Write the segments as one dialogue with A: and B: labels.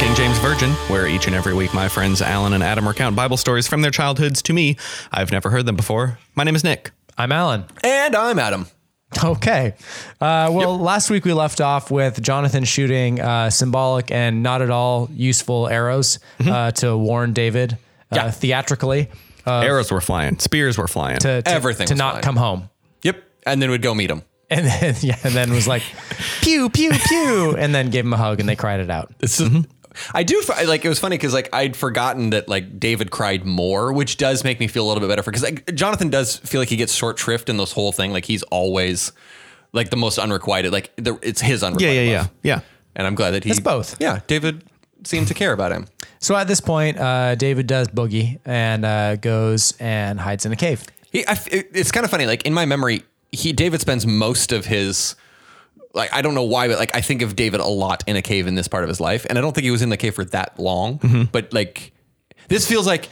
A: St. James Virgin, where each and every week my friends Alan and Adam recount Bible stories from their childhoods to me. I've never heard them before. My name is Nick.
B: I'm Alan.
C: And I'm Adam.
B: Okay. Uh, well, last week we left off with Jonathan shooting uh, symbolic and not at all useful arrows uh, to warn David uh,
C: Mm-hmm. Yeah.
B: theatrically
C: Uh,
B: uh,
A: Arrows were flying, spears were flying.
B: to, to,
C: Everything
B: to
C: was
B: not
C: fine.
B: come home.
C: Yep. And then we'd go meet him.
B: And then, yeah, and then was like, pew, pew, pew, and then gave him a hug and they cried it out.
C: It's just,
A: Mm-hmm.
C: I do fi- like it was funny because like I'd forgotten that like David cried more, which does make me feel a little bit better for because like Jonathan does feel like he gets short shrift in this whole thing. Like he's always like the most unrequited. Like the, it's his
A: yeah,
C: unrequited.
A: yeah, yeah,
C: love.
A: yeah.
C: And I'm glad that he.
B: It's both.
C: Yeah, David seemed to care about him.
B: So at this point, uh, David does boogie and uh, goes and hides in a cave.
C: He, I, it- it's kind of funny. Like in my memory, he David spends most of his like I don't know why, but like I think of David a lot in a cave in this part of his life, and I don't think he was in the cave for that long.
A: Mm-hmm.
C: But like this feels like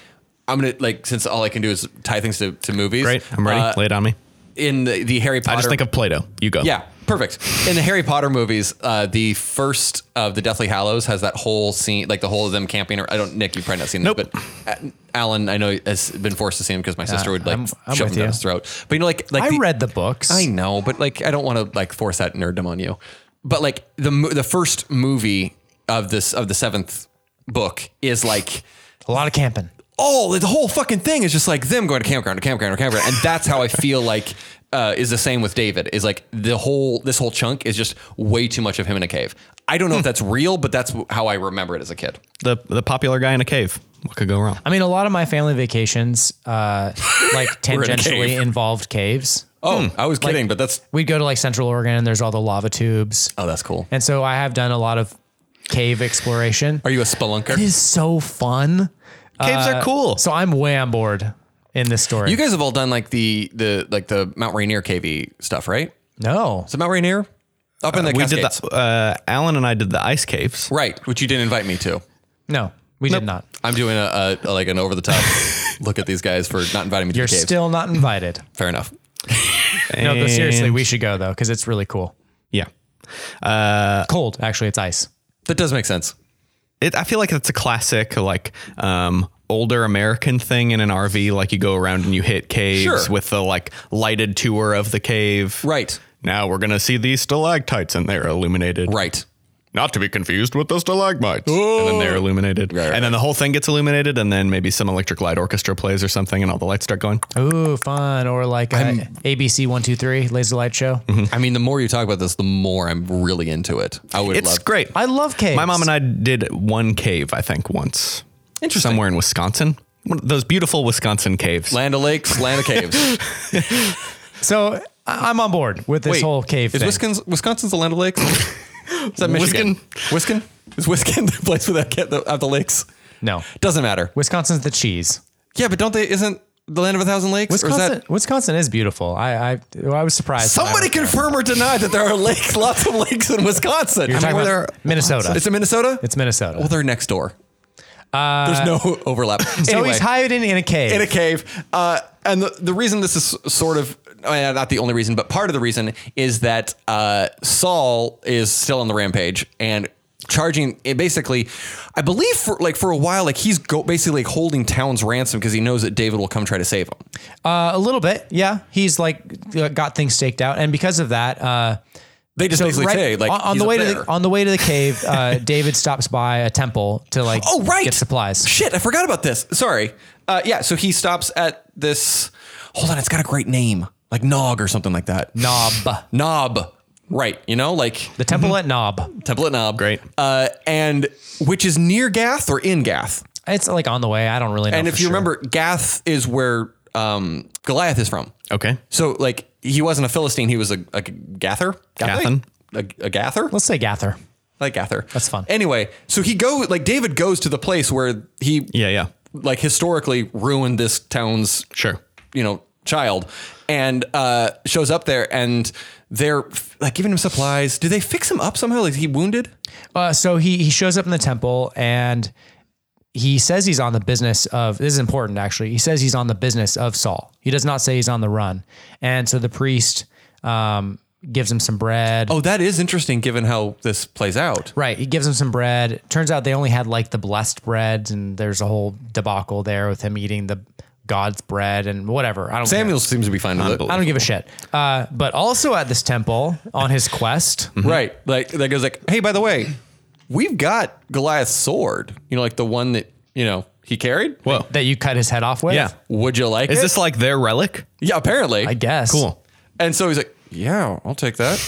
C: I'm gonna like since all I can do is tie things to, to movies.
A: Great. I'm ready.
C: uh,
A: Lay it on me.
C: in the, the Harry Potter,
A: I just think of Plato. You go.
C: yeah, perfect. In the Harry Potter movies, uh, the first of the Deathly Hallows has that whole scene, like the whole of them camping. Or I don't, Nick, you've probably not seen this,
A: Nope.
C: but uh, Alan, I know has been forced to see him because my sister would like
B: I'm- I'm
C: shove
B: with
C: him down
B: you.
C: his throat. But you know, like, like
B: I
C: the-
B: read the books.
C: I know, but like, I don't want to like force that nerddom on you. But like the mo- the first movie of this of the seventh book is like.
B: a lot of camping.
C: Oh, the whole fucking thing is just like them going to campground to campground to campground, and that's how I feel like uh, is the same with David. Is like the whole this whole chunk is just way too much of him in a cave. I don't know if that's real, but that's how I remember it as a kid.
A: The the popular guy in a cave. What could go wrong?
B: I mean, a lot of my family vacations, uh, like
C: in a
B: tangentially
C: cave.
B: involved caves.
C: Oh, I was kidding, but that's
B: We'd go to like Central Oregon, and there's all the lava tubes,
C: oh, that's cool.
B: and so I have done a lot of cave exploration.
C: Are you a spelunker?
B: It is so fun.
C: Uh,
A: Caves are cool.
B: So I'm way on board in this story.
C: You guys have all done like the the like the Mount Rainier cavey stuff, right?
B: no,
C: So Mount Rainier up in the
A: we did
C: Cascades,
A: the uh, Alan and I did the ice caves.
C: right? Which you didn't invite me to.
B: no, we did not.
C: I'm doing a, a like an over the top look at these guys for not inviting me to
B: You're
C: the caves.
B: still not invited.
C: Fair enough.
B: No, but seriously,
A: And-
B: we should go though because it's really cool.
A: yeah.
C: Uh,
B: Cold, actually, it's ice.
C: That does make sense.
A: it, I feel like it's a classic, like um, older American thing in an RV. Like you go around and you hit caves
C: Sure.
A: with the like lighted tour of the cave.
C: Right.
A: Now we're gonna see these stalactites and they're illuminated.
C: Right.
A: Not to be confused with the stalagmites. And then they're illuminated.
C: right,
A: And then the whole thing gets illuminated, and then maybe some electric light orchestra plays or something, and all the lights start going.
B: Ooh, fun. Or like uh, ABC one two three laser light show.
C: I mean, the more you talk about this, the more I'm really into it. I would
A: It's
C: love.
A: great.
B: I love caves.
A: My mom and I did one cave, I think, once. Interesting. Somewhere in Wisconsin. One of those beautiful Wisconsin caves.
C: Land of Lakes, Land of Caves.
B: So I- I'm on board with this whole cave
C: is
B: thing.
C: Wisconsin, Wisconsin's the Land of Lakes? is that Michigan? Wisconsin? Is Wisconsin the place where they the, have the lakes?
B: no,
C: Doesn't matter.
B: Wisconsin's the cheese.
C: Yeah, but don't they? Isn't the land of a thousand lakes?
B: Wisconsin,
C: Or is that,
B: Wisconsin is beautiful. I I, well, I was surprised. when I
C: somebody
B: went there.
C: confirm or deny that there are lakes, lots of lakes in Wisconsin.
B: You're
C: I mean,
B: talking
C: where
B: about
C: there-
B: Minnesota.
C: It's in Minnesota.
B: It's Minnesota.
C: well, they're next door. There's no overlap.
B: so
C: Anyway.
B: he's hiding in a cave.
C: in a cave. Uh, and the, the reason this is sort of I mean, not the only reason, but part of the reason is that uh, Saul is still on the rampage and charging it basically i believe for like for a while like he's go basically like holding towns ransom because he knows that david will come try to save him
B: uh, a little bit, yeah. He's like uh, got things staked out, and because of that, uh,
C: they just basically
B: right-
C: say like
B: on, on
C: he's
B: the
C: up
B: way to
C: there.
B: the, on the way to the cave, uh, David stops by a temple to like
C: oh right
B: get supplies.
C: shit i forgot about this sorry uh yeah so he stops at this hold on it's got a great name like nog or something like that
B: Knob.
C: knob right you know like
B: The temple at Knob.
C: Temple at Knob.
A: Great.
C: Uh, and which is near Gath or in Gath.
B: It's like on the way. I don't really know.
C: And
B: Oh, for
C: if you
B: sure.
C: remember, Gath is where um, Goliath is from.
B: Oh.
A: Okay.
C: So like he wasn't a Philistine, he was a, a Gather.
A: Gathan.
C: A, a Gather?
B: let's say Gather.
C: Like Gather.
B: That's fun.
C: Anyway, so he go like David goes to the place where he
A: Yeah, yeah.
C: like historically ruined this town's
A: Sure.
C: you know child and uh shows up there and they're like giving him supplies. Do they fix him up somehow? Like he wounded?
B: Uh, so he he shows up in the temple and he says he's on the business of this is important actually. He says he's on the business of Saul. He does not say he's on the run, and so the priest um, gives him some bread.
C: Oh, that is interesting given how this plays out.
B: Right. He gives him some bread. Turns out they only had like the blessed bread, and there's a whole debacle there with him eating the God's bread and whatever. I don't care.
C: Samuel seems to be fine with it.
A: Unbelievable.
B: I don't give a shit. Uh, but also at this temple on his quest,
C: Right. Like that goes like, hey, by the way, we've got Goliath's sword. You know, like the one that, you know, he carried.
A: Whoa.
B: that you cut his head off with.
A: Yeah.
C: Would you like
A: Is
C: it?
A: this like their relic?
C: yeah, apparently.
B: I guess.
A: Cool.
C: And so he's like, Yeah, I'll take that.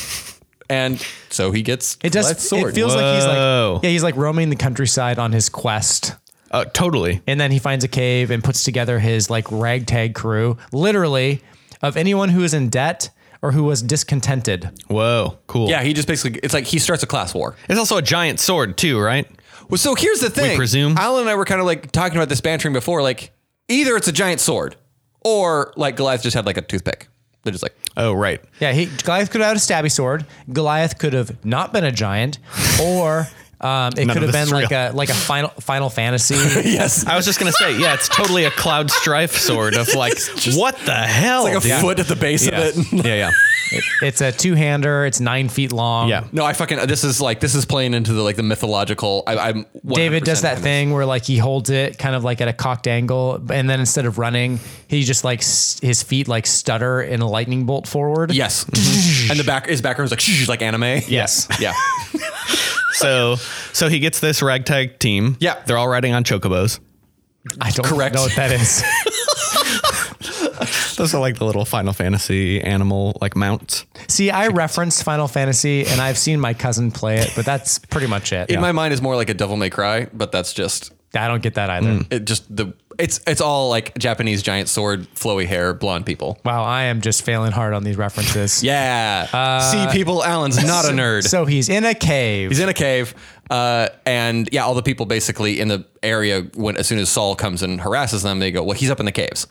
C: And so he gets
B: It does.
C: Goliath's sword.
B: It feels like he's
A: Whoa.
B: like yeah, he's like roaming the countryside on his quest.
A: Uh, totally.
B: And then he finds a cave and puts together his like ragtag crew, literally of anyone who is in debt or who was discontented.
A: Whoa. Cool.
C: yeah, he just basically it's like he starts a class war.
A: It's also a giant sword too, right?
C: Well, so here's the thing.
A: presume?
C: Alan and I were kind of like talking about this bantering before, like either it's a giant sword or like Goliath just had like a toothpick. They're just like
A: Oh, right.
B: Yeah, he, Goliath could have had a stabby sword. Goliath could have not been a giant, or um, it could
A: of
B: have
A: this
B: been
A: is
B: like
A: real.
B: a like a final Final Fantasy.
C: Yes.
A: I was just gonna say, yeah, it's totally a cloud strife sword of like, what the hell?
C: Like a
A: dude?
C: foot at the base
A: Yeah.
C: of it.
A: yeah, yeah,
B: it's a two hander. It's nine feet long.
A: yeah.
C: No, I fucking this is like this is playing into the like the mythological. I, I'm 100%
B: David does that
C: in this.
B: thing where like he holds it kind of like at a cocked angle, and then instead of running, he just like s- his feet like stutter in a lightning bolt forward.
C: Yes, and the back his background's like shh, like anime.
B: Yes.
C: yeah.
A: So, so he gets this ragtag team.
C: Yeah.
A: they're all riding on chocobos.
B: I don't
C: Correct.
B: know what that is.
A: Those are like the little Final Fantasy animal like mounts.
B: See, I referenced Final Fantasy, and I've seen my cousin play it, but that's pretty much it.
C: In my mind is more like a Devil May Cry, but that's just
B: I don't get that either.
C: it. Just the it's it's all like Japanese giant sword, flowy hair, blonde people.
B: Wow, I am just failing hard on these references.
C: Yeah. See people. Alan's not a nerd.
B: Uh, So he's in a cave.
C: He's in a cave, uh, and yeah, all the people basically in the area. When as soon as Saul comes and harasses them, they go, "Well, he's up in the caves,"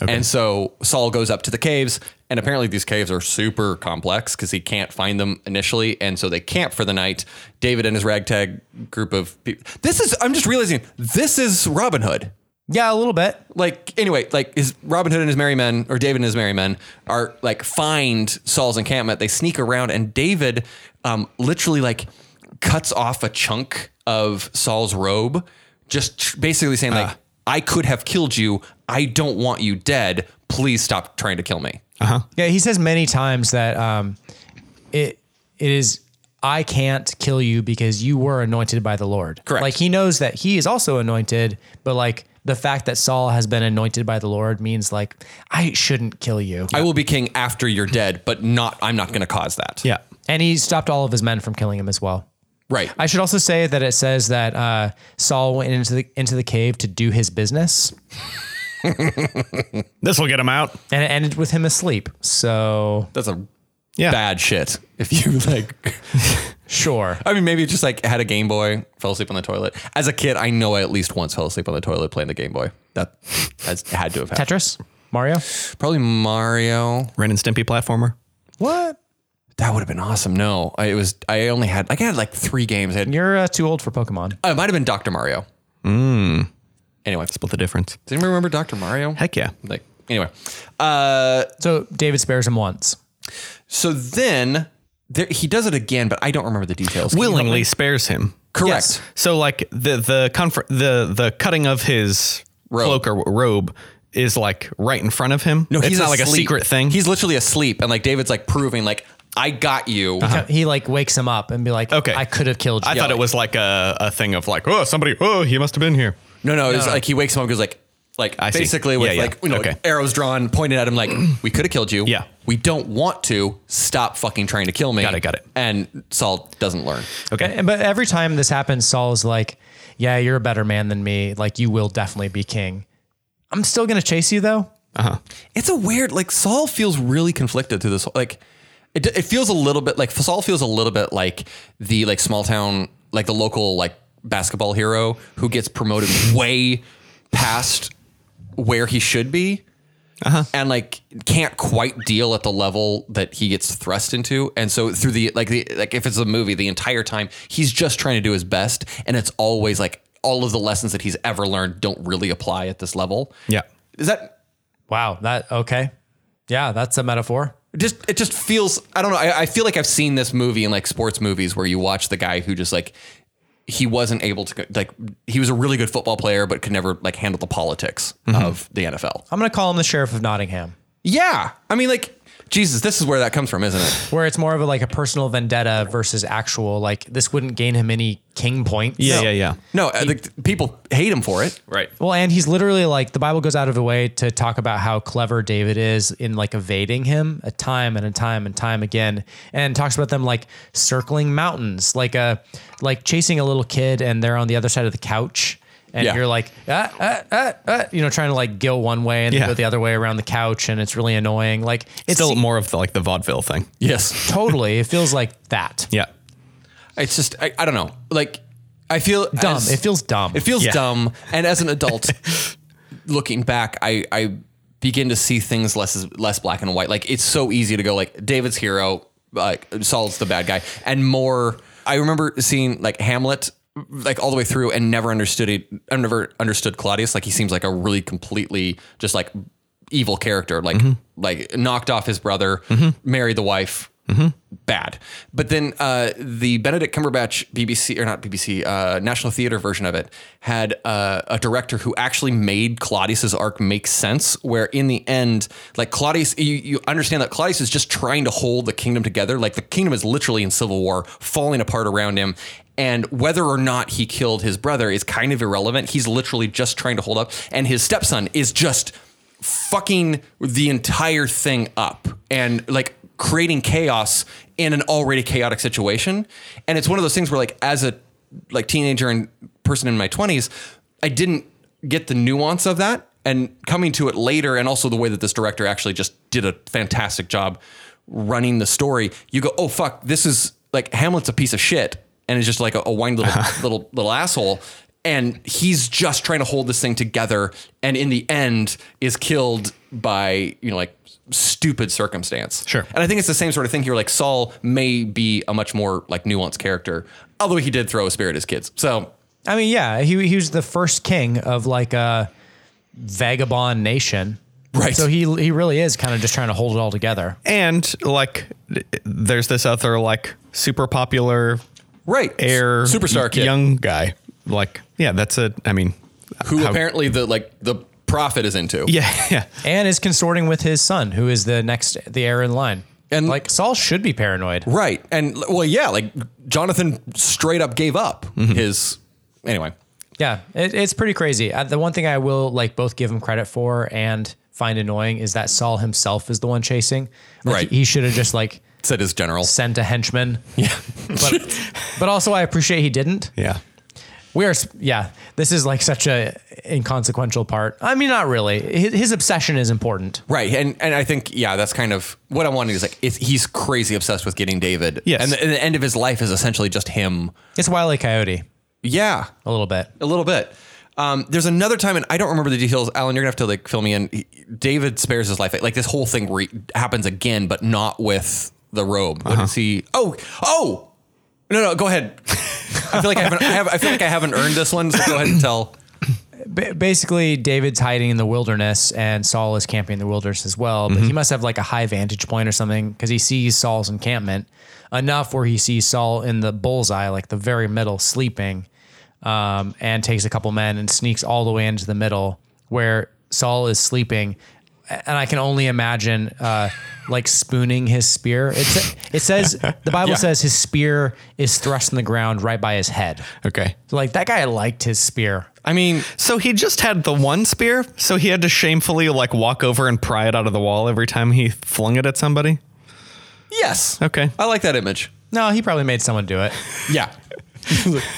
C: and so Saul goes up to the caves. And apparently, these caves are super complex because he can't find them initially, and so they camp for the night. David and his ragtag group of people. This is I'm just realizing this is Robin Hood.
B: yeah, a little bit.
C: Like anyway, like his Robin Hood and his merry men, or David and his merry men, are like find Saul's encampment. They sneak around, and David, um, literally like cuts off a chunk of Saul's robe, just tr- basically saying like,
A: Ah.
C: "I could have killed you. I don't want you dead. Please stop trying to kill me."
A: Uh-huh.
B: Yeah, he says many times that um, it it is I can't kill you because you were anointed by the Lord.
C: Correct.
B: Like he knows that he is also anointed, but like the fact that Saul has been anointed by the Lord means like I shouldn't kill you.
C: I will be king after you're dead, but not. I'm not going to cause that.
A: Yeah,
B: and he stopped all of his men from killing him as well.
C: Right.
B: I should also say that it says that uh, Saul went into the into the cave to do his business,
A: this will get him out.
B: and it ended with him asleep. So
C: That's a
A: Yeah,
C: bad shit. If you like.
B: sure,
C: I mean, maybe just like had a Game Boy, fell asleep on the toilet. As a kid, I know I at least once fell asleep on the toilet playing the Game Boy. That has had to have happened.
B: Tetris, Mario.
C: Probably Mario.
A: Ren and Stimpy platformer.
B: What?
C: That would have been awesome. No, I, it was. I only had. I had like three games. I had,
B: You're uh, too old for Pokemon.
C: oh, it might have been Doctor Mario. Mm. Anyway, does
A: Split the difference.
C: anyone remember Doctor Mario?
A: Heck yeah.
C: Like anyway. Uh,
B: So David spares him once.
C: so then there, he does it again, but I don't remember the details.
A: Willingly spares him.
C: Correct.
A: So like the the comfort the the cutting of his
C: Robe.
A: cloak or robe is like right in front of him.
C: No, he's
A: it's not like a
C: asleep.
A: secret thing.
C: He's literally asleep, and like David's like proving like I got you.
B: He like wakes him up and be like,
A: Okay.
B: I could have killed you."
A: I thought it was like a, a thing of like, oh, somebody, oh, he must have been here.
C: No, no, it's like he wakes him up and goes like, like
A: see.
C: basically with
A: Yeah, yeah.
C: like you know
A: Okay.
C: arrows drawn, pointed at him like we could have killed you.
A: Yeah.
C: we don't want to. Stop fucking trying to kill me.
A: Got it, got it.
C: And Saul doesn't learn.
A: Okay.
B: And- But every time this happens, Saul's like, "Yeah, you're a better man than me. Like you will definitely be king. I'm still gonna chase you though."
C: It's a weird like Saul feels really conflicted through this. Like it, it feels a little bit like Saul feels a little bit like the like small town like the local like basketball hero who gets promoted way past where he should be. and like can't quite deal at the level that he gets thrust into and so through the like the like if it's a movie the entire time he's just trying to do his best and it's always like all of the lessons that he's ever learned don't really apply at this level
A: Yeah.
C: is that
B: Wow. That okay? Yeah, that's a metaphor.
C: just it just feels I don't know. I, I feel like I've seen this movie in like sports movies where you watch the guy who just like he wasn't able to go- like he was a really good football player but could never like handle the politics
B: Mm-hmm.
C: of the NFL.
B: I'm going to call him the sheriff of Nottingham,
C: Yeah, I mean like Jesus, this is where that comes from, isn't it?
B: where it's more of a, like a personal vendetta versus actual like this wouldn't gain him any king points.
A: Yeah, yeah, yeah.
C: No, uh, the, people hate him for it.
A: Right.
B: Well, and he's literally like the Bible goes out of the way to talk about how clever David is in like evading him a time and a time and time again, and talks about them like circling mountains, like a like chasing a little kid, and they're on the other side of the couch, and
C: Yeah.
B: you're like ah, ah, ah, ah, you know trying to like go one way and then
A: Yeah.
B: go the other way around the couch, and it's really annoying. Like it's
A: Still more of the, like the vaudeville thing.
C: Yes,
B: totally, it feels like that.
A: Yeah.
C: it's just I, I don't know. Like I feel
B: Dumb.
C: as-
B: it feels dumb.
C: It feels
A: Yeah.
C: dumb. And as an adult, looking back, I, I begin to see things less as- less black and white. Like it's so easy to go like David's hero, like Saul's the bad guy, and more. I remember seeing like Hamlet like all the way through and never understood it. I never understood Claudius. Like he seems like a really completely just like evil character. Like like knocked off his brother, married the wife. Bad, but then uh, the Benedict Cumberbatch BBC or not BBC uh, National Theater version of it had uh, a director who actually made Claudius's arc make sense. Where in the end, like Claudius, you, you understand that Claudius is just trying to hold the kingdom together. Like the kingdom is literally in civil war, falling apart around him, and whether or not he killed his brother is kind of irrelevant. He's literally just trying to hold up, and his stepson is just fucking the entire thing up and like creating chaos in an already chaotic situation. And it's one of those things where like as a like teenager and person in my 20s, I didn't get the nuance of that and coming to it later and also the way that this director actually just did a fantastic job running the story. You go, "Oh fuck, this is like Hamlet's a piece of shit." And is just like a, a whiny little little little asshole and he's just trying to hold this thing together and in the end is killed by you know like stupid circumstance
A: Sure.
C: and i think it's the same sort of thing here like saul may be a much more like nuanced character although he did throw a spear at his kids so
B: I mean, yeah, he he was the first king of like a vagabond nation.
C: Right.
B: So he he really is kind of just trying to hold it all together.
A: And like, th- there's this other like super popular
C: right
A: air
C: superstar kid
A: young guy. Like, yeah, that's a. I mean,
C: who
A: how-
C: apparently the like the prophet is into
A: yeah, yeah,
B: And is consorting with his son, who is the next the heir in line.
C: And-
B: And like Saul should be paranoid.
C: right and well yeah like jonathan straight up gave up
A: Mm-hmm.
C: his anyway
B: Yeah, it, it's pretty crazy. Uh, the one thing I will like both give him credit for and find annoying is that Saul himself is the one chasing. Like,
C: Right.
B: He, he should have just like
C: said his general
B: sent a henchman. Yeah. But, but also I appreciate he didn't.
A: yeah.
B: We are, sp- yeah. This is like such a inconsequential part. I mean, not really. His, his obsession is important.
C: Right, and and I think yeah, that's kind of what I'm wanting is like it's, he's crazy obsessed with getting David.
A: Yes.
C: and the, and the end of his life is essentially just him.
B: It's Wile E. Coyote
C: Yeah,
B: a little bit.
C: a little bit. Um, there's another time, and I don't remember the details. Alan, you're gonna have to like fill me in. He- David spares his life. Like this whole thing re- happens again, but not with the robe. What does he? Oh, oh, no, no. Go ahead. I feel like I haven't. I, have, I feel like I haven't earned this one. So go ahead and tell.
B: Ba- basically, David's hiding in the wilderness, and Saul is camping in the wilderness as well. But he must have like a high vantage point or something because he sees Saul's encampment enough where he sees Saul in the bullseye, like the very middle, sleeping, um, and takes a couple men and sneaks all the way into the middle where Saul is sleeping. And I can only imagine, uh, like spooning his spear. It, sa- it says the Bible
C: Yeah.
B: says his spear is thrust in the ground right by his head.
A: Okay.
B: So, like that guy liked his spear.
C: I mean,
A: So he just had the one spear, so he had to shamefully like walk over and pry it out of the wall every time he flung it at somebody.
C: yes.
A: Okay.
C: I like that image.
B: No, he probably made someone do it.
C: Yeah.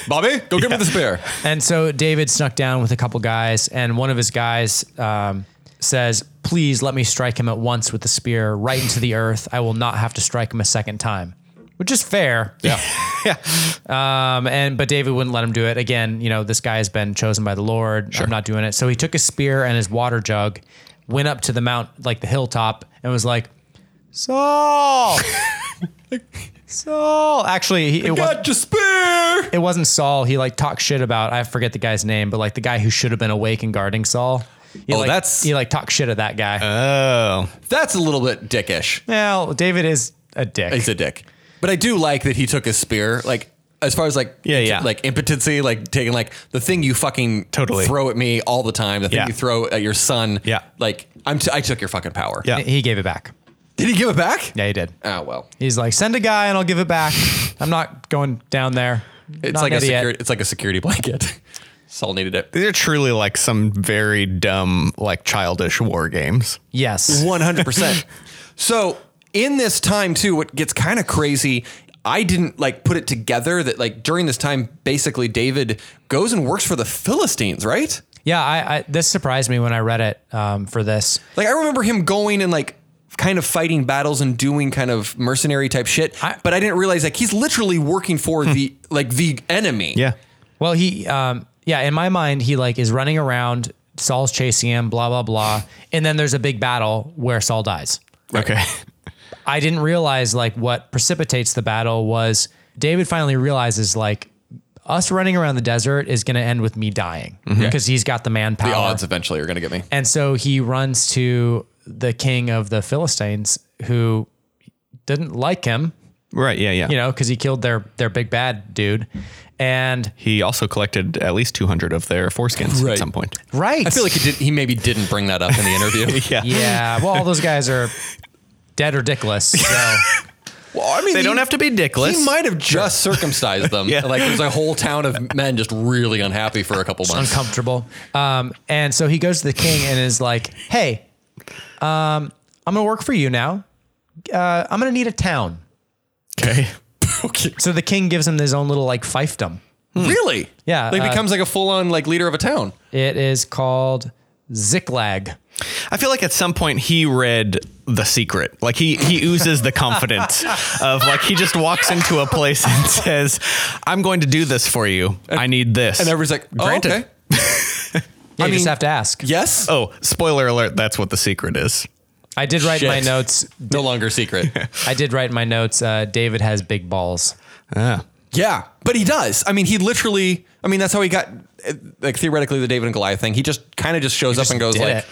C: Bobby, go give me the spear.
B: And so David snuck down with a couple guys, and one of his guys um, says, Please let me strike him at once with the spear right into the earth. I will not have to strike him a second time, which is fair.
C: Yeah.
B: Um, and but David wouldn't let him do it again. You know, this guy has been chosen by the Lord. I'm not doing it. So he took his spear and his water jug, went up to the mount, like the hilltop, and was like, Saul, Saul. Actually, he, it was
C: Got your spear.
B: it wasn't Saul. He like talked shit about I forget the guy's name, but like the guy who should have been awake and guarding Saul. He
C: Oh,
B: like,
C: that's- Uh.
B: he like talks shit at that guy.
A: Oh,
C: That's a little bit dickish.
B: well, David is a dick.
C: He's a dick. But I do like that he took his spear. Like as far as like
A: Yeah, yeah.
C: like impotency, like taking like the thing you fucking
A: Totally.
C: throw at me all the time, the thing
A: Yeah.
C: you throw at your son.
A: Yeah.
C: Like I'm t- I took your fucking power.
A: Yeah.
B: He gave it back.
C: Did he give it back?
B: Yeah, he did.
C: Oh well.
B: He's like, send a guy and I'll give it back. I'm not going down there.
C: It's
B: Not
C: like
B: an
C: a
B: idiot.
C: security it's like a security blanket. Saul needed it.
A: these are truly like some very dumb, like childish war games.
B: Yes.
C: One hundred percent. So in this time too, what gets kind of crazy. I didn't like put it together that like during this time, basically David goes and works for the Philistines, right?
B: Yeah, I, I this surprised me when I read it um, for this.
C: Like I remember him going and like kind of fighting battles and doing kind of mercenary type shit,
B: I-
C: but I Hmm. didn't realize like he's literally working for the like the enemy.
A: Yeah.
B: Well, he, um, yeah, in my mind, he like is running around. Saul's chasing him, blah blah blah, and then there's a big battle where Saul dies.
A: Okay.
B: I didn't realize like what precipitates the battle was David finally realizes like us running around the desert is going to end with me dying
A: Mm-hmm.
B: because he's got the manpower.
C: The odds eventually are going to get me.
B: And so he runs to the king of the Philistines who didn't like him,
A: Right. Yeah. Yeah.
B: you know, because he killed their their big bad dude. And
A: He also collected at least 200 of their foreskins
C: Right.
A: at some point.
B: right,
C: I feel like he did. He maybe didn't bring that up in the interview.
A: Yeah.
B: yeah, well, all those guys are dead or dickless. So
C: Well, I mean,
A: They
C: he-
A: don't have to be dickless.
C: He might have just circumcised them.
A: Yeah.
C: Like there's a whole town of men just really unhappy for a couple months.
B: uncomfortable. Um, and so he goes to the king and is like, "Hey, um, I'm gonna work for you now. Uh, I'm gonna need a town."
A: Okay.
C: Okay. Hmm.
B: So the king gives him his own little like fiefdom.
C: Really?
B: Yeah,
C: Like
B: uh,
C: becomes like a full on like leader of a town.
B: It is called Ziklag.
A: I feel like at some point he read The Secret. Like he he oozes the confidence of like he just walks into a place and says, "I'm going to do this for you. I need this."
C: And everyone's like, oh,
A: Granted.
C: okay.
B: Yeah, you just
C: mean-
B: have to ask.
C: Yes.
A: oh, spoiler alert, that's what The Secret is.
B: I did write in my
C: Shit.
B: notes.
C: No longer secret.
B: I did write in my notes. Uh, David has big balls.
A: Ah.
C: Yeah, but he does. I mean, he literally. I mean, that's how he got uh, like theoretically the David and Goliath thing. He just kind of just shows up
B: just
C: and goes
B: did
C: like,
B: it.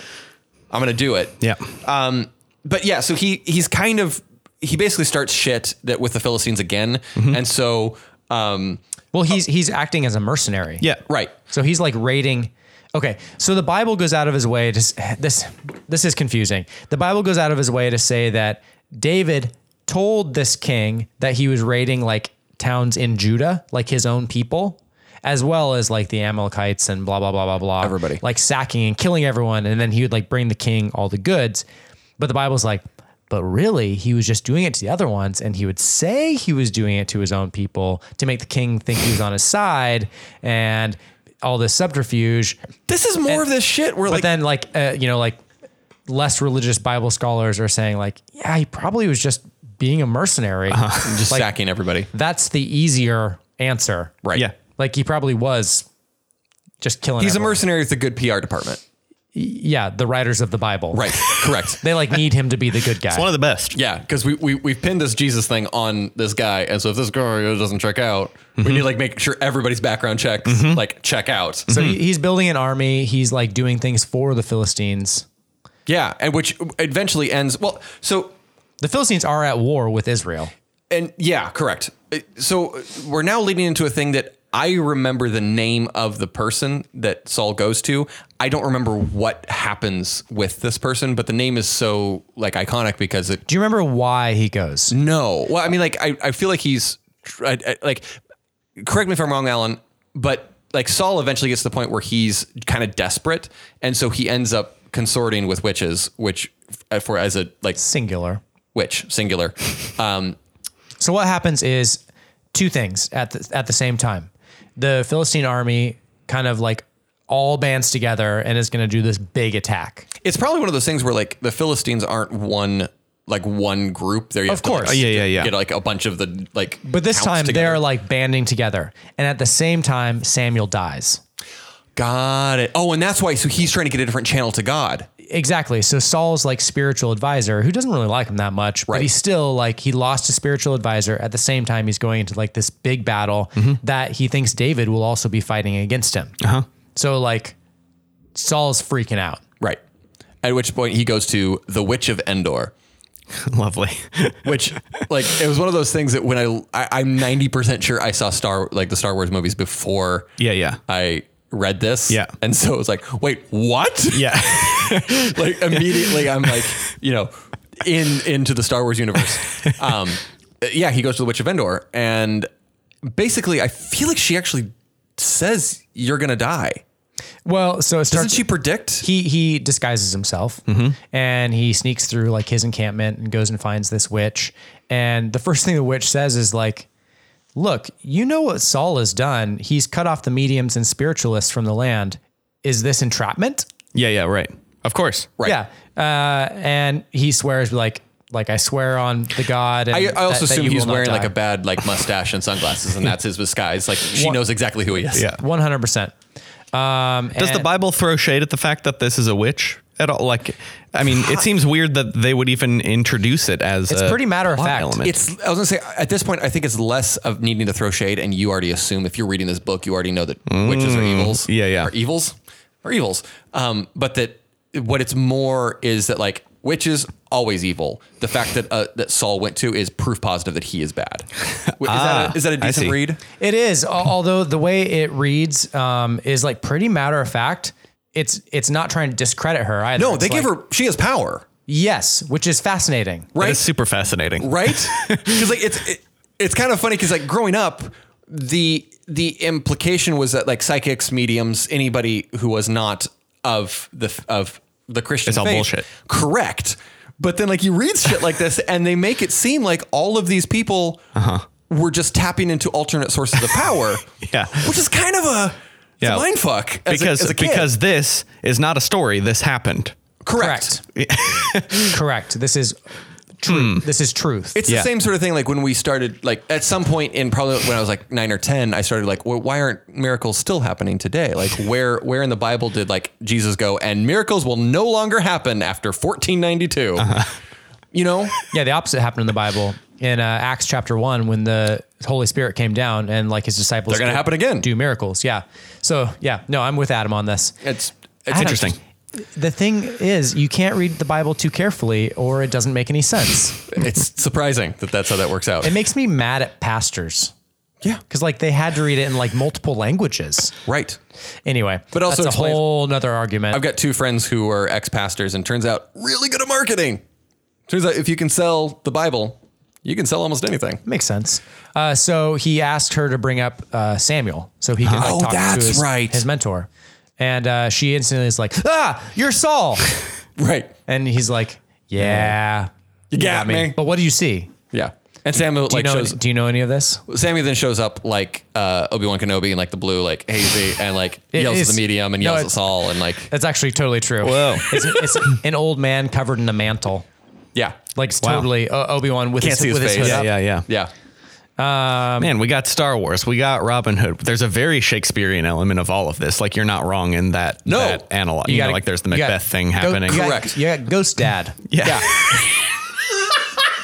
C: "I'm gonna do it."
A: Yeah.
C: Um. But yeah, so he he's kind of he basically starts shit that with the Philistines again, and so um
B: Well, he's he's acting as a mercenary.
A: yeah.
C: right.
B: So he's like raiding. Okay, so the Bible goes out of his way to s- this. This is confusing. The Bible goes out of his way to say that David told this king that he was raiding like towns in Judah, like his own people, as well as like the Amalekites and blah blah blah blah blah.
C: Everybody.
B: like sacking and killing everyone, and then he would like bring the king all the goods. But the Bible's like, but really, he was just doing it to the other ones, and he would say he was doing it to his own people to make the king think he was on his side, and all this subterfuge.
C: This is more of this shit where
B: But
C: like
B: then, like uh, you know, like less religious Bible scholars are saying, like, yeah, he probably was just being a mercenary.
C: Uh-huh. just sacking everybody.
B: That's the easier answer,
C: Right.
A: Yeah.
B: Like he probably was just killing.
C: He's a
B: everyone.
C: mercenary with a good PR department.
B: Yeah, the writers of the Bible,
C: Right. Correct.
B: They like need him to be the good guy.
A: One of the best.
C: Yeah, because we, we we've pinned this Jesus thing on this guy, and so if this guy doesn't check out, we need to like make sure everybody's background checks like check out.
B: So he- he's building an army. He's like doing things for the Philistines.
C: yeah, and which eventually ends well. So
B: The Philistines are at war with Israel.
C: and yeah, correct. Uh, So uh, we're now leading into a thing that I remember the name of the person that Saul goes to. I don't remember what happens with this person, but the name is so like iconic because it
B: Do you remember why he goes?
C: No. Well, I mean, like, I, I feel like he's I, I- like, correct me if I'm wrong, Alan, but like Saul eventually gets to the point where he's kind of desperate. And so he ends up consorting with witches, which f- for as a like
B: Singular.
C: witch singular. Um,
B: So what happens is two things at the, at the same time. The Philistine army kind of like all bands together and is going to do this big attack.
C: it's probably one of those things where like the Philistines aren't one, like one group there. You of
B: course.
C: To,
B: Oh,
A: yeah, yeah, yeah.
C: Get like a bunch of the like,
B: But this
C: counts
B: time
C: together.
B: they're like banding together. And at the same time Samuel dies.
C: got it. Oh, and that's why. So he's trying to get a different channel to God.
B: Exactly. So Saul's like spiritual advisor, who doesn't really like him that much, but
C: Right.
B: he's still like he lost a spiritual advisor. At the same time, he's going into like this big battle that he thinks David will also be fighting against him. So like Saul's freaking out.
C: Right. At which point he goes to the Witch of Endor,
A: Lovely.
C: which like it was one of those things that when I, I I'm 90% sure I saw Star like the Star Wars movies before
A: Yeah, yeah.
C: I read this.
A: Yeah.
C: And so it was like, wait, what?
A: Yeah.
C: like immediately I'm like, you know, in into the Star Wars universe. Um, yeah, he goes to the Witch of Endor, and basically, I feel like she actually says you're gonna die.
B: Well, so it
C: Doesn't
B: starts.
C: she predict?
B: he he disguises himself
C: Mm-hmm.
B: and he sneaks through like his encampment and goes and finds this witch. And the first thing the witch says is like, "Look, you know what Saul has done. He's cut off the mediums and spiritualists from the land. Is this entrapment?"
A: yeah, yeah, right. Of course. Right.
B: Yeah. Uh, and he swears like like I swear on the god. And
C: I, I also
B: that- that
C: assume
B: you
C: he's
B: will not
C: wearing like
B: die."
C: a bad like mustache and sunglasses, and that's his disguise. Like she knows exactly who he is.
A: Yeah.
B: One hundred percent. Um,
A: Does the
B: and-
A: Bible throw shade at the fact that this is a witch at all? Like, I mean, it seems weird that they would even introduce it as
B: It's
A: a
B: pretty matter of
A: plot
B: fact.
A: element.
C: It's. I was gonna say at this point, I think it's less of needing to throw shade, and you already assume if you're reading this book, you already know that witches are evils.
A: Mm. yeah, yeah.
C: Are evils, are evils. Um, but that what it's more is that like witches always evil. The fact that uh, that Saul went to is proof positive that he is bad. Is, that, a, is that a
A: Ah, I
C: decent
A: see.
C: read?
B: It is, al- although the way it reads um, is like pretty matter of fact. It's it's not trying to discredit her either.
C: No,
B: It's
C: they give
B: like,
C: her. She has power,
B: yes, which is fascinating.
A: It
C: right?
A: is super fascinating.
C: right? Because like it's it, it's kind of funny because like growing up, the the implication was that like psychics, mediums, anybody who was not of the of the Christian
A: It's all
C: faith,
A: bullshit.
C: correct? But then like you read shit like this, and they make it seem like all of these people
A: Uh-huh.
C: were just tapping into alternate sources of power,
A: Yeah.
C: which is kind of a, it's
A: Yeah.
C: a mind fuck as a-
A: Because
C: as a kid.
A: because this is not a story. This happened.
C: correct.
B: Correct. Correct. This is true. This is truth.
C: Hmm. It's the
A: Yeah.
C: same sort of thing. Like when we started, like at some point in probably when I was like nine or ten, I started like, well, why aren't miracles still happening today? Like where where in the Bible did like Jesus go and miracles will no longer happen after 1492?
B: Uh-huh.
C: You know,
B: yeah, the opposite happened in the Bible in uh, Acts chapter one when the Holy Spirit came down and like his disciples.
C: They're gonna
B: could
C: happen again.
B: Do miracles. Yeah. So yeah, no, I'm with Adam on this.
C: it's
B: Adam,
C: it's
A: Interesting.
B: The thing is, you can't read the Bible too carefully, or it doesn't make any sense.
C: it's surprising that that's how that works out.
B: it makes me mad at pastors.
C: yeah,
B: because like they had to read it in like multiple languages.
C: right.
B: Anyway,
C: But also
B: that's a
C: explains-
B: whole nother argument.
C: I've got two friends who are ex pastors and turns out really good at marketing. Turns out if you can sell the Bible, you can sell almost anything.
B: Makes sense. Uh, so he asked her to bring up uh, Samuel so he could like,
C: Oh,
B: talk
C: that's
B: to his,
C: right.
B: his mentor, and uh, she instantly is like, "Ah, you're Saul,"
C: Right.
B: and he's like, "Yeah, you
C: got me.
B: But what do you see?
C: Yeah. And Samuel
B: Do you
C: like
B: know?
C: shows
B: Do you know any of this?
C: Sammy then shows up like uh, Obi Wan Kenobi in like the blue, like hazy, and like
B: It
C: yells
B: is-
C: at the medium and
B: no,
C: yells
B: it-
C: at Saul and like
B: That's actually totally true. Whoa, it's, it's an old man covered in a mantle,
C: yeah,
B: like it's totally uh, Obi Wan with
C: Can't
B: his,
C: see his
B: with his
C: face.
B: hood
A: Yeah,
B: up.
A: yeah, yeah.
C: yeah,
A: Man, we got Star Wars. We got Robin Hood. There's a very Shakespearean element of all of this. Like you're not wrong in that.
C: No.
A: that analog. You, know, like there's the
B: you
A: Macbeth
B: gotta-
A: thing
B: go-
A: happening.
B: you gotta-
C: Correct.
B: You got Ghost Dad.
A: Yeah.
C: yeah.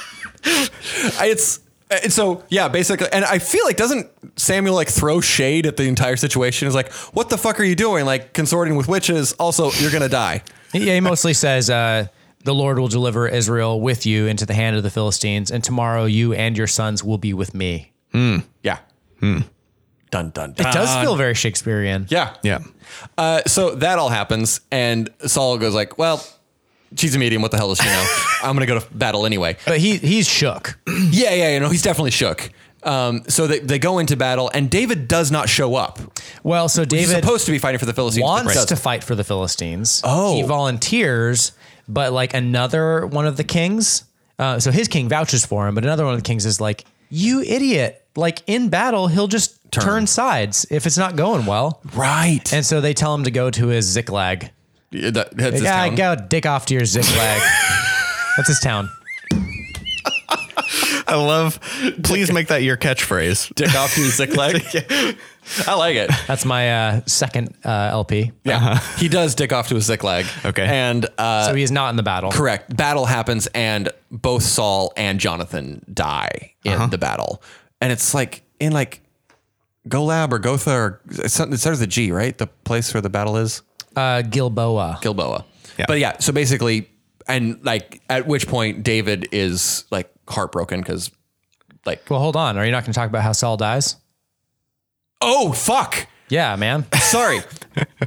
C: I- it's and so yeah, basically, and I feel like doesn't Samuel like throw shade at the entire situation? Is like, what the fuck are you doing? Like consorting with witches. Also, you're gonna die.
B: Yeah, he mostly says, uh, "The Lord will deliver Israel with you into the hand of the Philistines, and tomorrow you and your sons will be with me."
C: Yeah. Dun dun.
B: It
C: dun.
B: does feel very Shakespearean.
C: Yeah.
A: Uh-huh. Yeah.
C: Uh, so that all happens, and Saul goes like, "Well, she's a medium. What the hell does she know? I'm gonna go to battle anyway."
B: but he he's shook.
C: Yeah, yeah, you know, he's definitely shook. Um, so they, they go into battle, and David does not show up.
B: Well, so
C: He's
B: David
C: supposed to be fighting for the Philistines. but
B: wants
C: doesn't.
B: to fight for the Philistines.
C: Oh.
B: he volunteers, but like another one of the kings. Uh, so his king vouches for him, but another one of the kings is like, "You idiot!" Like in battle, he'll just turn, sides if it's not going well.
C: right.
B: And so they tell him to go to his Ziklag.
C: Yeah, that- that's his
B: Yeah,
C: town.
B: go dick off to your Ziklag. That's his town.
A: I love. Please make that your catchphrase.
C: Dick off to his dick leg. I like it.
B: That's my uh, second uh, LP.
C: Yeah, he does dick off to his dick leg.
A: Okay.
C: and uh,
B: So he is not in the battle.
C: correct. Battle happens, and both Saul and Jonathan die in the battle, and it's like in like Golab or Gotha or something. It starts with a G, right? The place where the battle is.
B: Uh, Gilboa.
C: Gilboa.
A: Yeah.
C: But yeah, so basically, and like at which point David is like heartbroken because, like,
B: Well, hold on. Are you not going to talk about how Saul dies?
C: oh fuck,
B: Yeah, man.
C: sorry,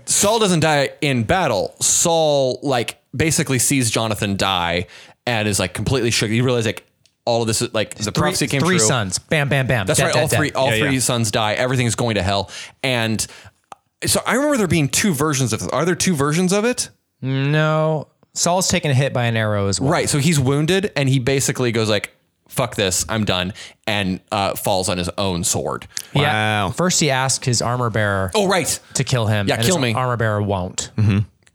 C: Saul doesn't die in battle. Saul like basically sees Jonathan die and is like completely shook. You realize like all of this is like the prophecy
B: three,
C: came
B: three
C: true.
B: sons. Bam, bam, bam.
C: That's
B: Dead,
C: right.
B: dead,
C: all
B: dead.
C: three, all
A: Yeah,
C: three
A: yeah.
C: sons die. Everything's going to hell. And so I remember there being two versions of this. Are there two versions of it?
B: No, Saul's taken a hit by an arrow as well.
C: Right. So he's wounded, and he basically goes like, "Fuck this, I'm done," and uh, falls on his own sword.
A: Wow.
B: Yeah. First, he asks his armor bearer
C: Oh, right.
B: to kill him.
C: Yeah,
B: and
C: kill
B: his
C: me.
B: Armor bearer won't.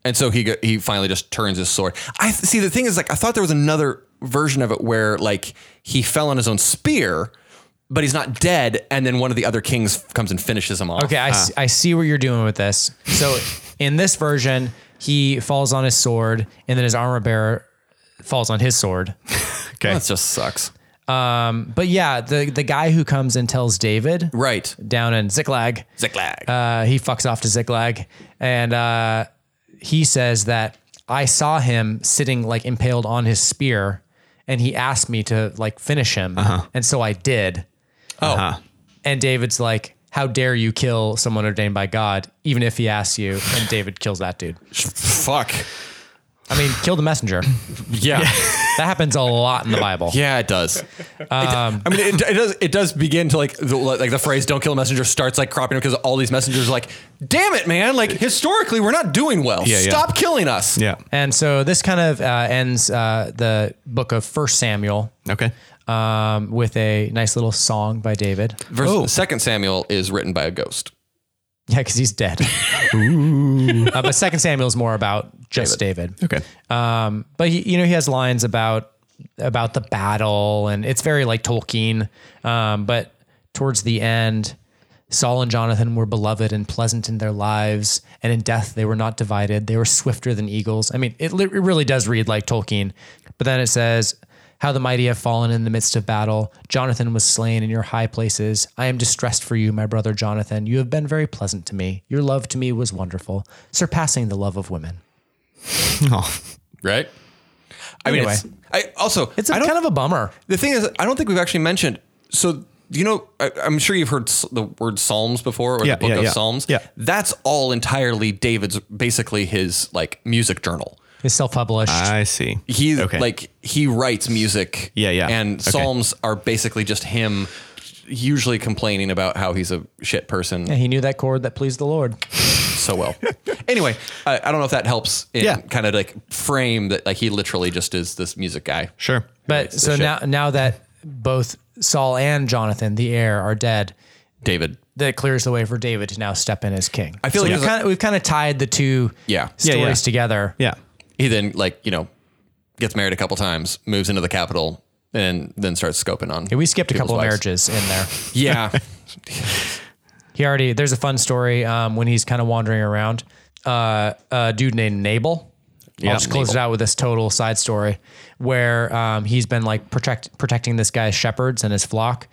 C: And so he go, he finally just turns his sword. I th- see. The thing is, like, I thought there was another version of it where like he fell on his own spear, but he's not dead, and then one of the other kings comes and finishes him off.
B: Okay, I, s- I see what you're doing with this. So in this version, he falls on his sword, and then his armor bearer falls on his sword. Um,
A: Okay.
C: that just sucks.
B: But yeah, the the guy who comes and tells David
C: Right.
B: down in Ziklag,
C: Ziklag.
B: uh, he fucks off to Ziklag, and uh, he says that I saw him sitting like impaled on his spear, and he asked me to like finish him, and so I did.
C: oh,
B: And David's like, "How dare you kill someone ordained by God, even if he asks you?" And David kills that dude.
C: fuck.
B: I mean, kill the messenger.
C: yeah.
B: That happens a lot in the Bible.
C: Yeah, it does. It- I mean, it, it does. It does begin to like the, like the phrase "Don't kill a messenger" starts like cropping up because all these messengers are like, "Damn it, man! Like historically, we're not doing well.
A: Yeah, yeah.
C: Stop killing us."
A: Yeah.
B: And so this kind of uh, ends uh, the book of First Samuel
A: Okay.
B: um, with a nice little song by David.
C: Verse,
A: Oh.
C: Second Samuel is written by a ghost.
B: Yeah, because he's dead. Uh, but Second Samuel is more about just David.
A: Okay.
B: Um, but he, you know, he has lines about about the battle, and it's very like Tolkien. Um, but towards the end, Saul and Jonathan were beloved and pleasant in their lives, and in death they were not divided. They were swifter than eagles. I mean, it, li- it really does read like Tolkien. But then it says. How the mighty have fallen in the midst of battle. Jonathan was slain in your high places. I am distressed for you, my brother Jonathan. You have been very pleasant to me. Your love to me was wonderful, surpassing the love of women.
A: Oh.
C: Right. I mean,
B: Anyway.
C: it's, I also
B: It's a,
C: I don't,
B: kind of a bummer.
C: the thing is, I don't think we've actually mentioned. So you know, I, I'm sure you've heard s- the word Psalms before, or
A: Yeah,
C: the book
A: yeah,
C: of
A: yeah.
C: Psalms.
A: Yeah.
C: that's all entirely David's, basically his like music journal.
B: It's self-published.
A: I see.
C: He's
A: okay.
C: like he writes music.
A: Yeah, yeah.
C: And
A: Okay.
C: psalms are basically just him usually complaining about how he's a shit person
B: he knew that chord that pleased the Lord.
C: so well. anyway, I, I don't know if that helps in
A: Yeah.
C: kind of like frame that like he literally just is this music guy.
A: sure.
B: But
C: It's the
B: so
C: shit.
B: now, now that both Saul and Jonathan, the heir, are dead,
C: David.
B: that clears the way for David to now step in as king. I
C: feel like
B: we've
C: there's a-
B: kind of we've kind of tied the two
C: Yeah.
B: stories
A: yeah.
B: together.
A: Yeah.
C: He then like, you know, gets married a couple times, moves into the capital and then starts scoping on.
B: We skipped a
C: people's
B: couple of
C: wives.
B: marriages in there.
C: Yeah.
B: He already there's a fun story um, when he's kind of wandering around. Uh, a dude named Nabal. I'll just close it out with this total side story where um, he's been like protect, protecting this guy's shepherds and his flock.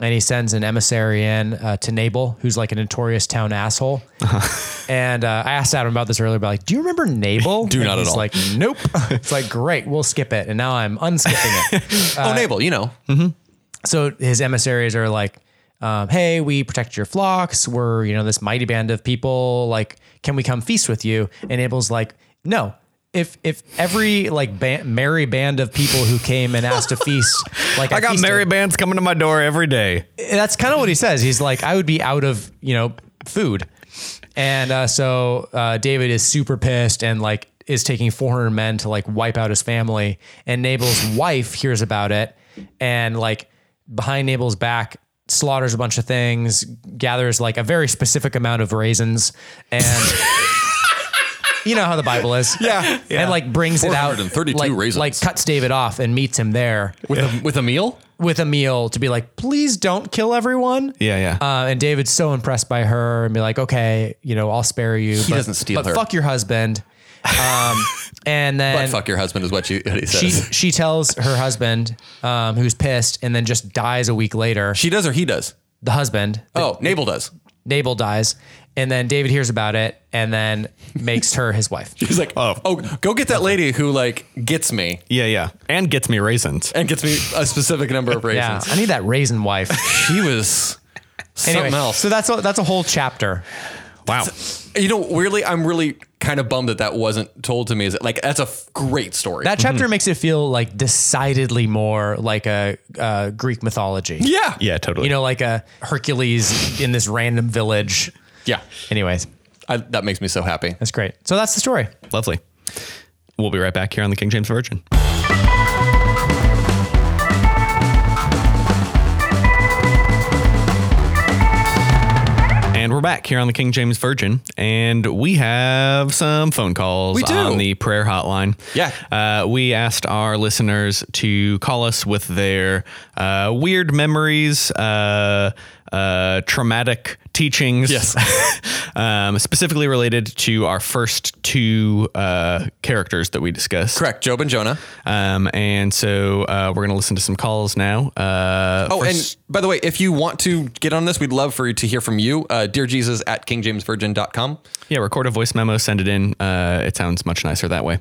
B: And he sends an emissary in uh, to Nabal, who's like a notorious town asshole. And uh, I asked Adam about this earlier, but like, do you remember Nabal? Do
C: not at
B: he's
C: all.
B: Like, nope. it's like, great, we'll skip it. And now I'm unskipping it
C: oh, Nabal, you know.
B: so his emissaries are like, um, "Hey, we protect your flocks. We're you know this mighty band of people. Like, can we come feast with you?" And Abel's like, "No." If if every like ba- merry band of people who came and asked to feast, like I,
A: I got
B: feasted-
A: merry bands coming to my door every day.
B: That's kind of what he says. He's like, I would be out of you know food, and uh, so uh, David is super pissed and like is taking 400 men to like wipe out his family. And Nabal's wife hears about it and like behind Nabal's back slaughters a bunch of things, gathers like a very specific amount of raisins and. You know how the Bible is, yeah, and like brings it out,
C: 432
B: like,
C: raisins.
B: like cuts David off and meets him there
C: With a with a meal?
B: with a meal to be like, please don't kill everyone.
A: Yeah, yeah.
B: Uh, and David's so impressed by her and be like, okay, you know, I'll spare you. He
C: doesn't steal
B: but
C: her.
B: fuck your husband. Um, and
C: But
B: then
C: fuck your husband is what, she, what he says.
B: she
C: She,
B: she tells her husband, um, who's pissed, and then just dies a week later.
C: does or he does?
B: The husband,
C: Oh, Nabal does.
B: Nabal dies, and then David hears about it and then makes her his wife.
C: He's like, oh, oh, go get that lady who like gets me
A: Yeah, yeah. And gets me raisins.
C: and gets me a specific number of
B: Yeah,
C: raisins.
B: I need that raisin wife.
C: She was something
B: Anyway,
C: else.
B: so that's a, that's a whole chapter.
A: Wow.
C: you know, weirdly, I'm really kind of bummed that that wasn't told to me. Is it like that's a f- great story?
B: That chapter makes it feel like decidedly more like a uh, Greek mythology.
C: yeah,
A: Yeah, totally.
B: You know, like a Hercules in this random village.
C: yeah.
B: Anyways,
C: I, that makes me so happy.
B: that's great. So that's the story.
A: Lovely. We'll be right back here on the King James Virgin. And we're back here on the King James Virgin, and we have some phone calls
C: We do.
A: on the prayer hotline.
C: Yeah.
A: Uh, we asked our listeners to call us with their uh, weird memories, uh, uh, traumatic teachings,
C: Yes.
A: um, specifically related to our first two uh, characters that we discussed.
C: Correct, Job and Jonah.
A: Um, and so uh, we're going to listen to some calls now. Uh,
C: Oh,
A: first-
C: and by the way, if you want to get on this, we'd love for you to hear from you. Uh, Dear Jesus at kingjamesvirgin.com.
A: yeah, record a voice memo, send it in. Uh, it sounds much nicer that way.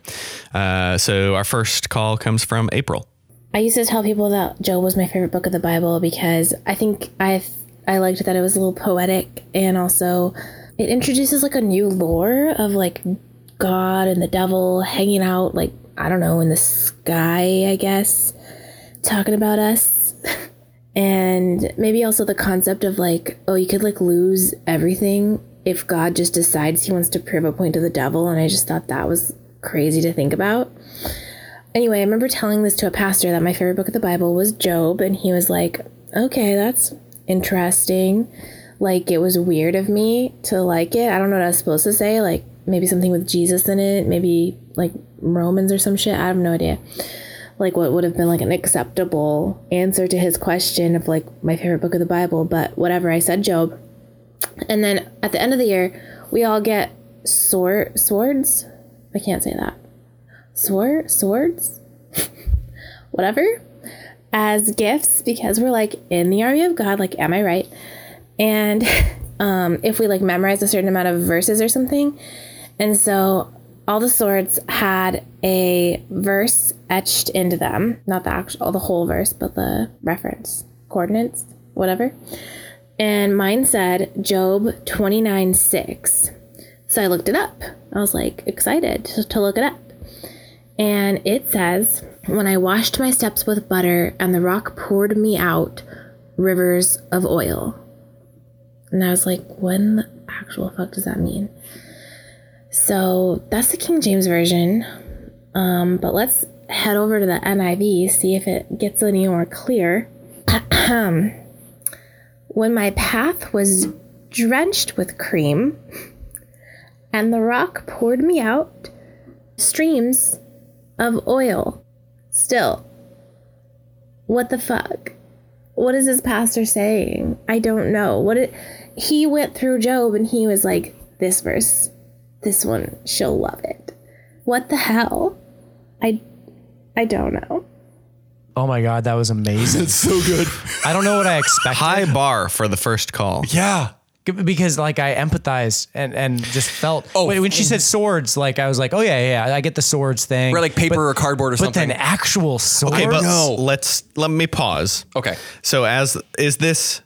A: Uh, so our first call comes from April.
D: I used to tell people that Job was my favorite book of the Bible because I think I I liked that it was a little poetic and also it introduces like a new lore of like God and the devil hanging out like I don't know in the sky I guess talking about us and maybe also the concept of like oh you could like lose everything if God just decides he wants to prove a point to the devil and I just thought that was crazy to think about anyway, I remember telling this to a pastor that my favorite book of the Bible was Job, and he was like, "Okay, that's interesting. Like it was weird of me to like it. I don't know what I was supposed to say. Like maybe something with Jesus in it, maybe like Romans or some shit. I have no idea." Like what would have been like an acceptable answer to his question of like my favorite book of the Bible, but whatever I said, Job. And then at the end of the year, we all get sword swords. I can't say that sword swords whatever as gifts because we're like in the army of god like am i right and um, if we like memorize a certain amount of verses or something and so all the swords had a verse etched into them not the actual the whole verse but the reference coordinates whatever and mine said job 29 6 so i looked it up i was like excited to- to look it up and it says, When I washed my steps with butter and the rock poured me out rivers of oil. And I was like, What in the actual fuck does that mean? So that's the King James Version. Um, but let's head over to the NIV, see if it gets any more clear. when my path was drenched with cream and the rock poured me out streams of oil. Still, what the fuck? What is this pastor saying? I don't know. What it, he went through Job and he was like, this verse, this one, she'll love it. What the hell? I, I don't know.
B: Oh my God, that was amazing.
C: It's so good.
B: I don't know what I expected.
A: High bar for the first call.
C: yeah.
B: because like I empathized and and just felt
C: Oh.
B: when when she said swords, like I was like, oh yeah, yeah, I get the swords thing.
C: Or like paper or cardboard or
B: but
C: something.
B: then actual swords.
A: Okay, but
C: No.
A: let's let me pause.
C: okay.
A: So as is this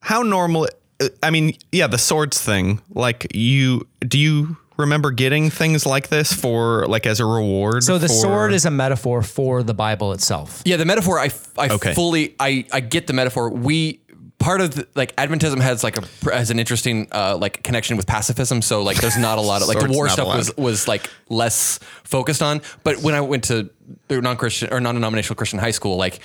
A: how normal uh, I mean, yeah, the swords thing. Like you do you remember getting things like this for like as a reward?
B: so the
A: for-
B: sword is a metaphor for the Bible itself.
C: Yeah, the metaphor. I, I
A: Okay.
C: fully I I get the metaphor. We part of the, like Adventism has like a has an interesting uh, like connection with pacifism. So like there's not a lot of like the
A: Swords
C: war
A: not
C: stuff
A: allowed.
C: was was like less focused on. But when I went to the non Christian or non denominational Christian high school, like.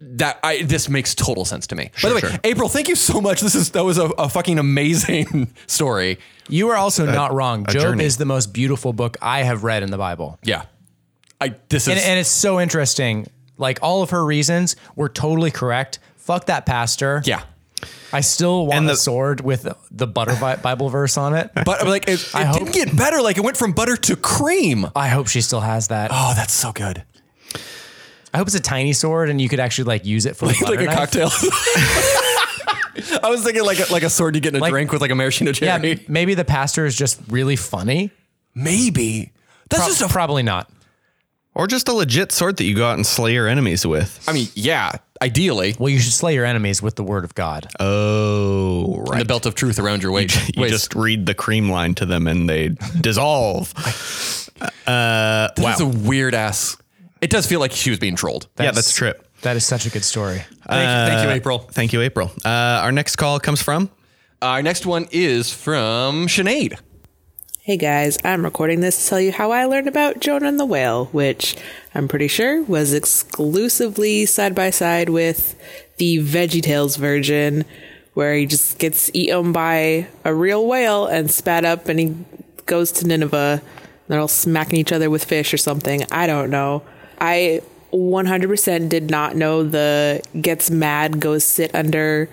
C: That I this makes total sense to me. By the way,
A: sure.
C: April, thank you so much. This is that was a, a fucking amazing story.
B: You are also not wrong. Job
A: journey.
B: is the most beautiful book I have read in the Bible,
C: Yeah, I this is
B: and, and it's so interesting. Like all of her reasons were totally correct. Fuck that pastor.
C: yeah.
B: I still want
A: And
B: a
A: the-
B: sword with the butter bi- Bible verse on it.
C: But like it,
B: I
C: it
B: hope-
C: didn't get better. Like it went from butter to cream.
B: I hope she still has that.
C: Oh, that's so good.
B: I hope it's a tiny sword and you could actually like use it for like
C: like a cocktail. I was thinking like a, like a sword you get in a
B: Like-
C: drink with like a maraschino
B: Yeah,
C: cherry.
B: maybe the pastor is just really funny.
C: Maybe that's
B: Pro-
C: just a.
B: probably not.
A: Or just a legit sword that you go out and slay your enemies with.
C: I mean, yeah. Ideally,
B: Well, you should slay your enemies with the word of God.
A: Oh,
C: the
A: right.
C: belt of truth around your waist.
A: You
C: waist.
A: just read the cream line to them and they dissolve.
C: That's a weird ass. It does feel like she was being trolled.
A: yeah, that's a trip.
B: That is such a good story.
C: Thank,
A: uh,
C: thank you, April.
A: Thank you, April. Uh, our next call comes from
C: Our next one is from Sinead.
E: Hey guys, I'm recording this to tell you how I learned about Jonah and the Whale, which I'm pretty sure was exclusively side by side with the VeggieTales version, where he just gets eaten by a real whale and spat up and he goes to Nineveh. They're all smacking each other with fish or something. I don't know. I 100% did not know the gets mad, goes sit under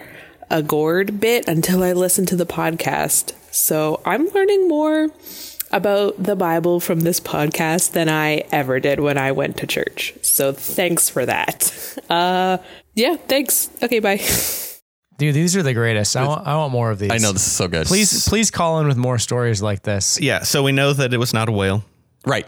E: a gourd bit until I listened to the podcast. So I'm learning more about the Bible from this podcast than I ever did when I went to church. So thanks for that. Uh, yeah, thanks. Okay, bye.
B: Dude, these are the greatest. I want, I want more of these.
C: I know this is so good.
B: Please, please call in with more stories like this.
A: yeah. So we know that it was not a whale,
C: right.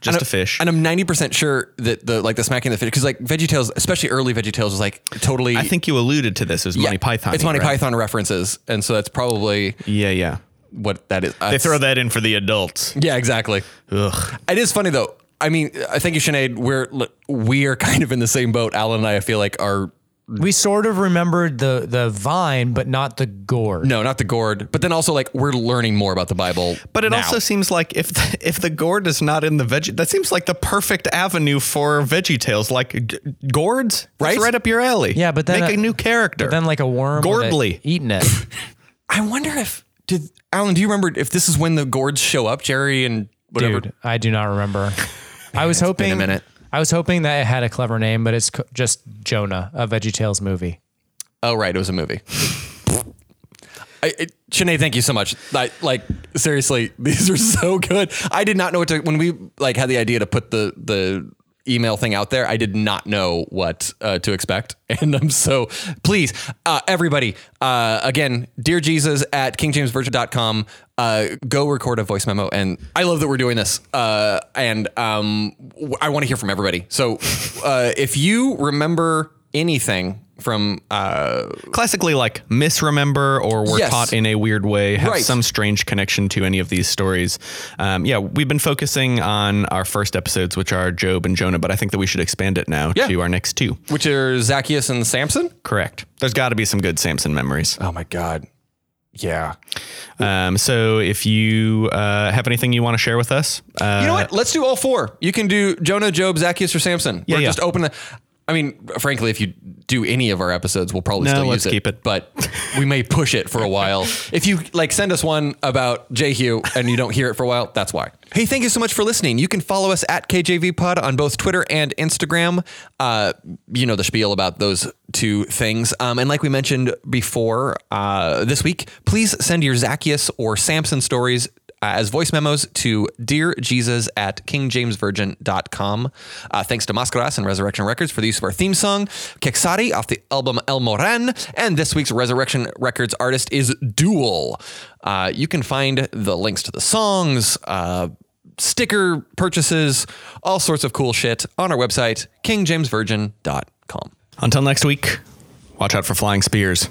A: just
C: And
A: a
C: I-
A: fish.
C: And I'm 90% sure that the like the smacking the fish because like VeggieTales, especially early VeggieTales, was like totally.
A: I think you alluded to this. It was Monty Python.
C: It's Monty
A: right?
C: Python references, and so that's probably
A: Yeah, yeah.
C: what that is.
A: They throw that in for the adults.
C: Yeah, exactly.
A: Ugh.
C: It is funny though. I mean, I thank you, Sinead. We're look, we are kind of in the same boat. Alan and I, I feel like are
B: We sort of remembered the the vine, but not the gourd.
C: no, not the gourd, but then also like we're learning more about the Bible.
A: But it
C: now.
A: also seems like if the, if the gourd is not in the veggie, that seems like the perfect avenue for Veggie Tales. Like g- gourds, That's
C: Right?
A: right up your alley.
B: Yeah, but then
A: make
B: a-
A: a new character.
B: But then like a worm would've
A: Gourdly.
B: eaten it.
C: I wonder if did Alan? Do you remember if this is when the gourds show up, Jerry and whatever?
B: Dude, I do not remember. I was hoping
C: a minute.
B: I was hoping that it had a clever name, but it's co- just Jonah, a VeggieTales movie.
C: Oh, right, it was a movie. I, it, Sinead, thank you so much. I, like seriously, these are so good. I did not know what to when we like had the idea to put the the email thing out there. I did not know what uh, to expect, and I'm so please, uh, everybody. Uh, again, dear Jesus at kingjamesversion.com. Uh, go record a voice memo, and I love that we're doing this. Uh, and um, w- I want to hear from everybody. So uh, if you remember anything from uh,
A: Classically, like misremember or were
C: Yes.
A: taught in a weird way, have
C: Right.
A: some strange connection to any of these stories. Um, yeah, we've been focusing on our first episodes, which are Job and Jonah, but I think that we should expand it now
C: Yeah.
A: to our next two.
C: which are Zacchaeus and Samson.
A: Correct. There's got to be some good Samson memories.
C: Oh my god. Yeah.
A: Um, so if you uh, have anything you want to share with us, uh,
C: you know what? Let's do all four. You can do Jonah, Job, Zacchaeus, or Samson.
A: Yeah,
C: Or
A: yeah.
C: just open the I mean, frankly, if you do any of our episodes, we'll probably
A: No,
C: still
A: let's
C: use
A: keep it.
C: But we may push it for a while. If you like send us one about Jehu and you don't hear it for a while, that's why. Hey, thank you so much for listening. You can follow us at KJV Pod on both Twitter and Instagram. Uh, you know the spiel about those two things. Um, and like we mentioned before, uh, this week, please send your Zacchaeus or Samson stories uh, as voice memos to Dear Jesus at kingjamesvirgin.com. Uh, thanks to Mascaras and Resurrection Records for the use of our theme song, Quixari off the album El Moran. And this week's Resurrection Records artist is Duel. Uh, you can find the links to the songs, uh, sticker purchases, all sorts of cool shit on our website, kingjamesvirgin.com.
A: until next week, watch out for flying spears.